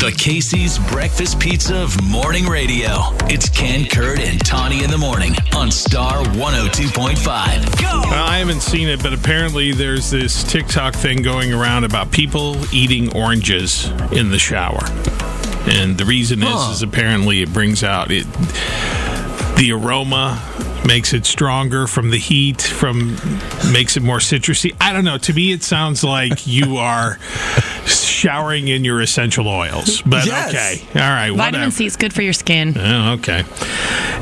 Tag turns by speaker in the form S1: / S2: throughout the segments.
S1: to Casey's Breakfast Pizza of Morning Radio. It's Ken Kurt and Tawny in the morning on Star 102.5. Go!
S2: I haven't seen it, but apparently there's this TikTok thing going around about people eating oranges in the shower. And the reason
S1: Huh.
S2: is, is apparently it brings out it the aroma makes it stronger from the heat from makes it more citrusy. I don't know. To me it sounds like you are showering in your essential oils. But
S3: Yes.
S2: okay. All right.
S4: Vitamin
S2: whatever.
S4: C is good for your skin.
S2: Oh, okay.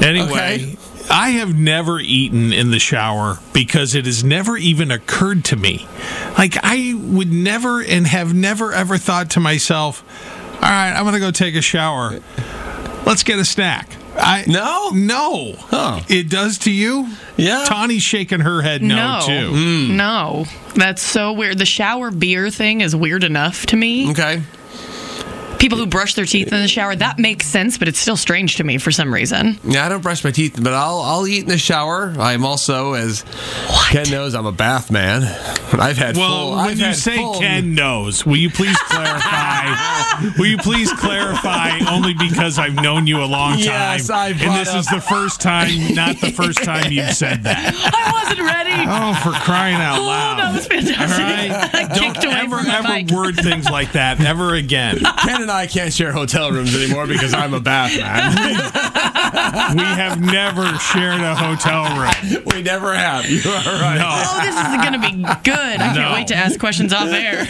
S2: Anyway,
S3: Okay.
S2: I have never eaten in the shower because it has never even occurred to me. Like, I would never and have never ever thought to myself, all right, I'm going to go take a shower. Let's get a snack. I
S3: No?
S2: no.
S3: Huh.
S2: It does to you?
S3: Yeah.
S2: Tawny's shaking her head no, too.
S4: Hmm. No. That's so weird. The shower beer thing is weird enough to me.
S3: Okay.
S4: People who brush their teeth in the shower, that makes sense, but it's still strange to me for some reason.
S3: Yeah, I don't brush my teeth, but I'll I'll eat in the shower. I'm also as Ken knows I'm a bath man. I've had
S2: Well,
S3: full.
S2: when
S3: I've
S2: you
S3: had
S2: say
S3: full-
S2: Ken knows, will you please clarify? will you please clarify? Only because I've known you a long time,
S3: Yes, I
S2: and
S3: brought
S2: this
S3: up-
S2: is the first time, not the first time you've said that.
S4: I wasn't ready.
S2: Oh, for crying out
S4: Oh,
S2: loud!
S4: that was
S2: All
S4: fantastic. I
S2: right,
S4: kicked
S2: don't
S4: away
S2: ever
S4: from my
S2: ever
S4: mic.
S2: word things like that ever again.
S3: Ken and I can't share hotel rooms anymore because I'm a bath man.
S2: We have never shared a hotel room.
S3: we never have. You are right.
S2: No,
S4: Oh, this is going to be good. I
S2: No.
S4: can't wait to ask questions off air.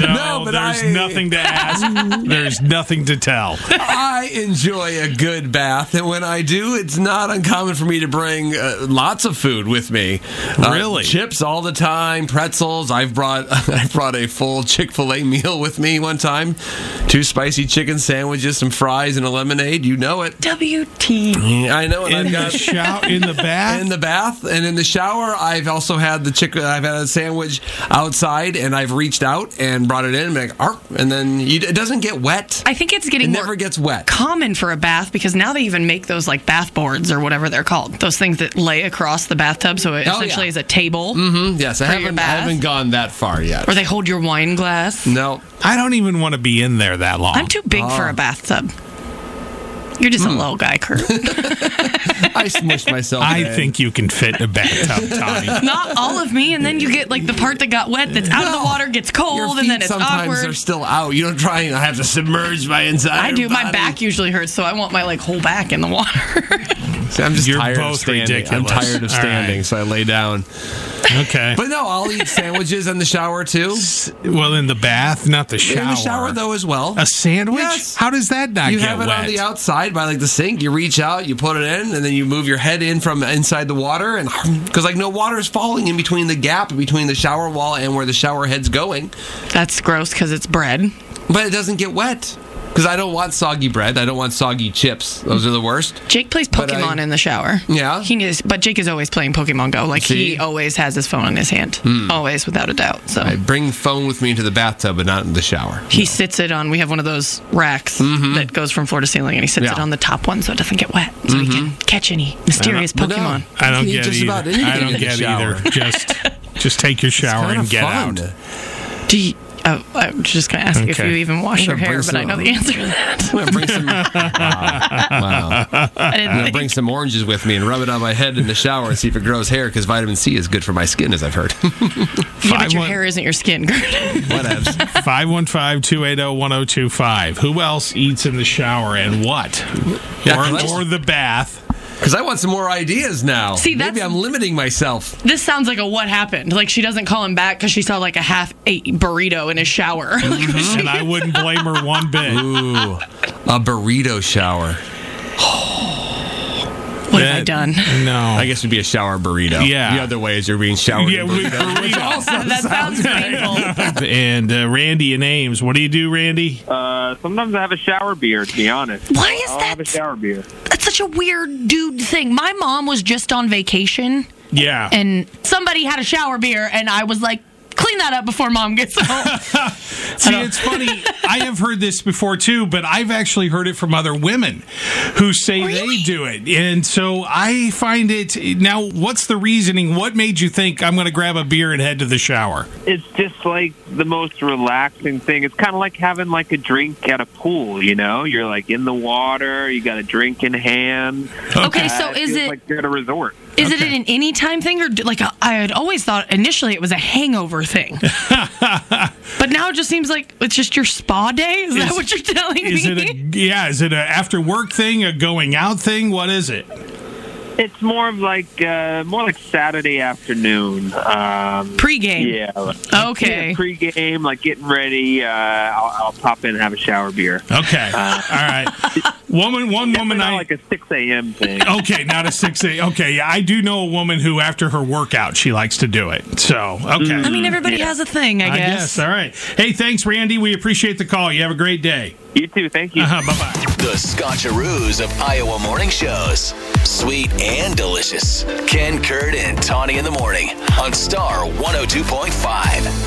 S2: no,
S3: No, but
S2: there's
S3: I-
S2: nothing to ask. There's nothing to tell.
S3: I enjoy a good bath, and when I do, it's not uncommon for me to bring uh, lots of food with me. Uh,
S2: Really?
S3: chips all the time, pretzels. I've brought I brought a full Chick fil A meal with me one time, two spicy chicken sandwiches, some fries, and a lemonade. You know it.
S4: WT.
S3: I know it.
S2: In
S3: I've
S2: the
S3: got.
S2: shout, in the bath,
S3: In the bath and in the shower, I've also had the chicken. I've had a sandwich outside, and I've reached out and brought it in, and been like, "Arp," and then you, it doesn't get wet.
S4: I think it's
S3: it
S4: getting more
S3: never gets wet.
S4: common for a bath because now they even make those like bath boards or whatever they're called. Those things that lay across the bathtub, so it
S3: Oh,
S4: essentially
S3: yeah.
S4: is a table
S3: Mm, Yes, I
S4: For your
S3: haven't, I
S4: bath?
S3: haven't gone that far yet.
S4: where they hold your wine glass.
S3: No. Ah.
S2: I don't even want to be in there that long.
S4: I'm too big for a bathtub. You're just a
S3: Hmm.
S4: little guy, Kurt.
S3: I smushed myself.
S2: I
S3: in.
S2: think you can fit in a bathtub, Tommy.
S4: Not all of me, and then you get like the part that got wet that's out of the water gets
S3: your
S4: cold,
S3: feet
S4: and then it's
S3: sometimes
S4: awkward.
S3: are still out. You don't try and I have to submerge my inside.
S4: I do. My back usually hurts, so I want my like whole back in the water.
S3: I'm just
S2: You're
S3: tired
S2: both
S3: of standing. I'm
S2: ridiculous.
S3: tired
S2: All
S3: of standing,
S2: right.
S3: so I lay down.
S2: Okay.
S3: But no, I'll eat sandwiches in the shower too.
S2: well, in the bath, not the shower.
S3: In the shower though as well.
S2: A sandwich?
S3: Yes.
S2: How does that not
S3: you
S2: get
S3: have it
S2: wet?
S3: on the outside by like the sink. You reach out, you put it in, and then you move your head in from inside the water, and because like no water is falling in between the gap between the shower wall and where the shower head's going.
S4: that's gross because it's bread.
S3: But it doesn't get wet. Because I don't want soggy bread. I don't want soggy chips. Those are the worst.
S4: Jake plays
S3: But I-
S4: Pokemon in the shower.
S3: Yeah?
S4: he is, but Jake is always playing Pokemon Go. Like
S3: See? Hmm.
S4: he always has his phone in his hand, always without a doubt. So
S3: I bring the phone with me into the bathtub, but not in the shower.
S4: he sits it on. We have one of those racks that goes from floor to ceiling, and he sits
S3: Yeah.
S4: it on the top one so it doesn't get wet, so he can catch any mysterious
S3: But no.
S4: Pokemon.
S2: I don't
S3: You
S2: get
S3: can eat just
S2: either.
S3: about anything
S2: I
S3: in
S2: don't
S3: the
S2: get
S3: shower.
S2: either. Just, just take your shower
S3: Kinda
S2: and get
S3: fun.
S2: out.
S4: Do you, oh, I was just going to ask if
S2: Okay.
S4: you even wash your
S3: gonna
S4: hair,
S3: bring
S4: but I know
S3: some-
S4: the answer to
S3: I'm
S4: that.
S3: gonna bring some. wow. Wow.
S4: I didn't
S3: I'm gonna
S4: think.
S3: bring some oranges with me and rub it on my head in the shower and see if it grows hair because vitamin C is good for my skin, as I've heard.
S4: yeah, but your
S2: one-
S4: hair isn't your skin, Kurt.
S3: Whatevs.
S2: 515-280-1025. Who else eats in the shower and what?
S3: Yeah, let's-
S2: or, or the bath.
S3: Because I want some more ideas now.
S4: See,
S3: maybe
S4: that's-
S3: I'm limiting myself.
S4: this sounds like a what happened. Like she doesn't call him back because she saw like a half ate burrito in his shower. Like, was she-
S2: And I wouldn't blame her one bit.
S3: Ooh, a burrito shower.
S4: what have I
S2: That-
S4: done?
S2: No.
S3: I guess it'd be a shower burrito.
S2: Yeah.
S3: The other way is you're being showered.
S2: Yeah,
S3: in
S2: we,
S3: burrito.
S4: that sounds painful.
S2: and uh, Randy and Ames. What do you do, Randy?
S5: Uh, sometimes I have a shower beer, to be honest.
S4: Why is
S5: I'll have a
S4: that-
S5: shower beer.
S4: That's such a weird dude thing. My mom was just on vacation
S2: Yeah.
S4: and somebody had a shower beer, and I was like, Clean that up before mom gets home.
S2: See, it's funny. I have heard this before too, but I've actually heard it from other women who say they do it. And so I find it now what's the reasoning? What made you think I'm going to grab a beer and head to the shower?
S5: It's just like the most relaxing thing. It's kind of like having like a drink at a pool. You know, you're like in the water. You got a drink in hand.
S4: okay, so
S5: Uh,
S4: is
S5: feels
S4: it
S5: like you're at a resort?
S4: Is it an anytime thing or do- like a, I had always thought initially it was a hangover thing, but now it just seems like it's just your spa day. Is, that
S2: Is-
S4: what you're telling
S2: Is
S4: me?
S2: it a yeah, is it a after work thing, a going out thing? What is it?
S5: It's more of like uh, more like Saturday afternoon. Um,
S4: Pre-game.
S5: yeah.
S4: Okay.
S5: Yeah, pre-game, like getting ready. Uh, I'll, I'll pop in and have a shower beer.
S2: Okay. All right. Woman one woman
S5: Definitely not
S2: I
S5: like a six a.m. thing.
S2: Okay, not a six eight. Okay, yeah, I do know a woman who, after her workout, she likes to do it. So, okay,
S4: Mm. I mean, everybody has a thing, I
S2: I
S4: guess.
S2: guess. All right. Hey, thanks, Randy. We appreciate the call. You have a great day.
S5: You too. Thank you.
S2: Uh-huh, bye bye.
S1: The Scotcheroos of Iowa morning shows. Sweet and oh delicious. Ken Kurd and Tawny in the morning on Star 102.5.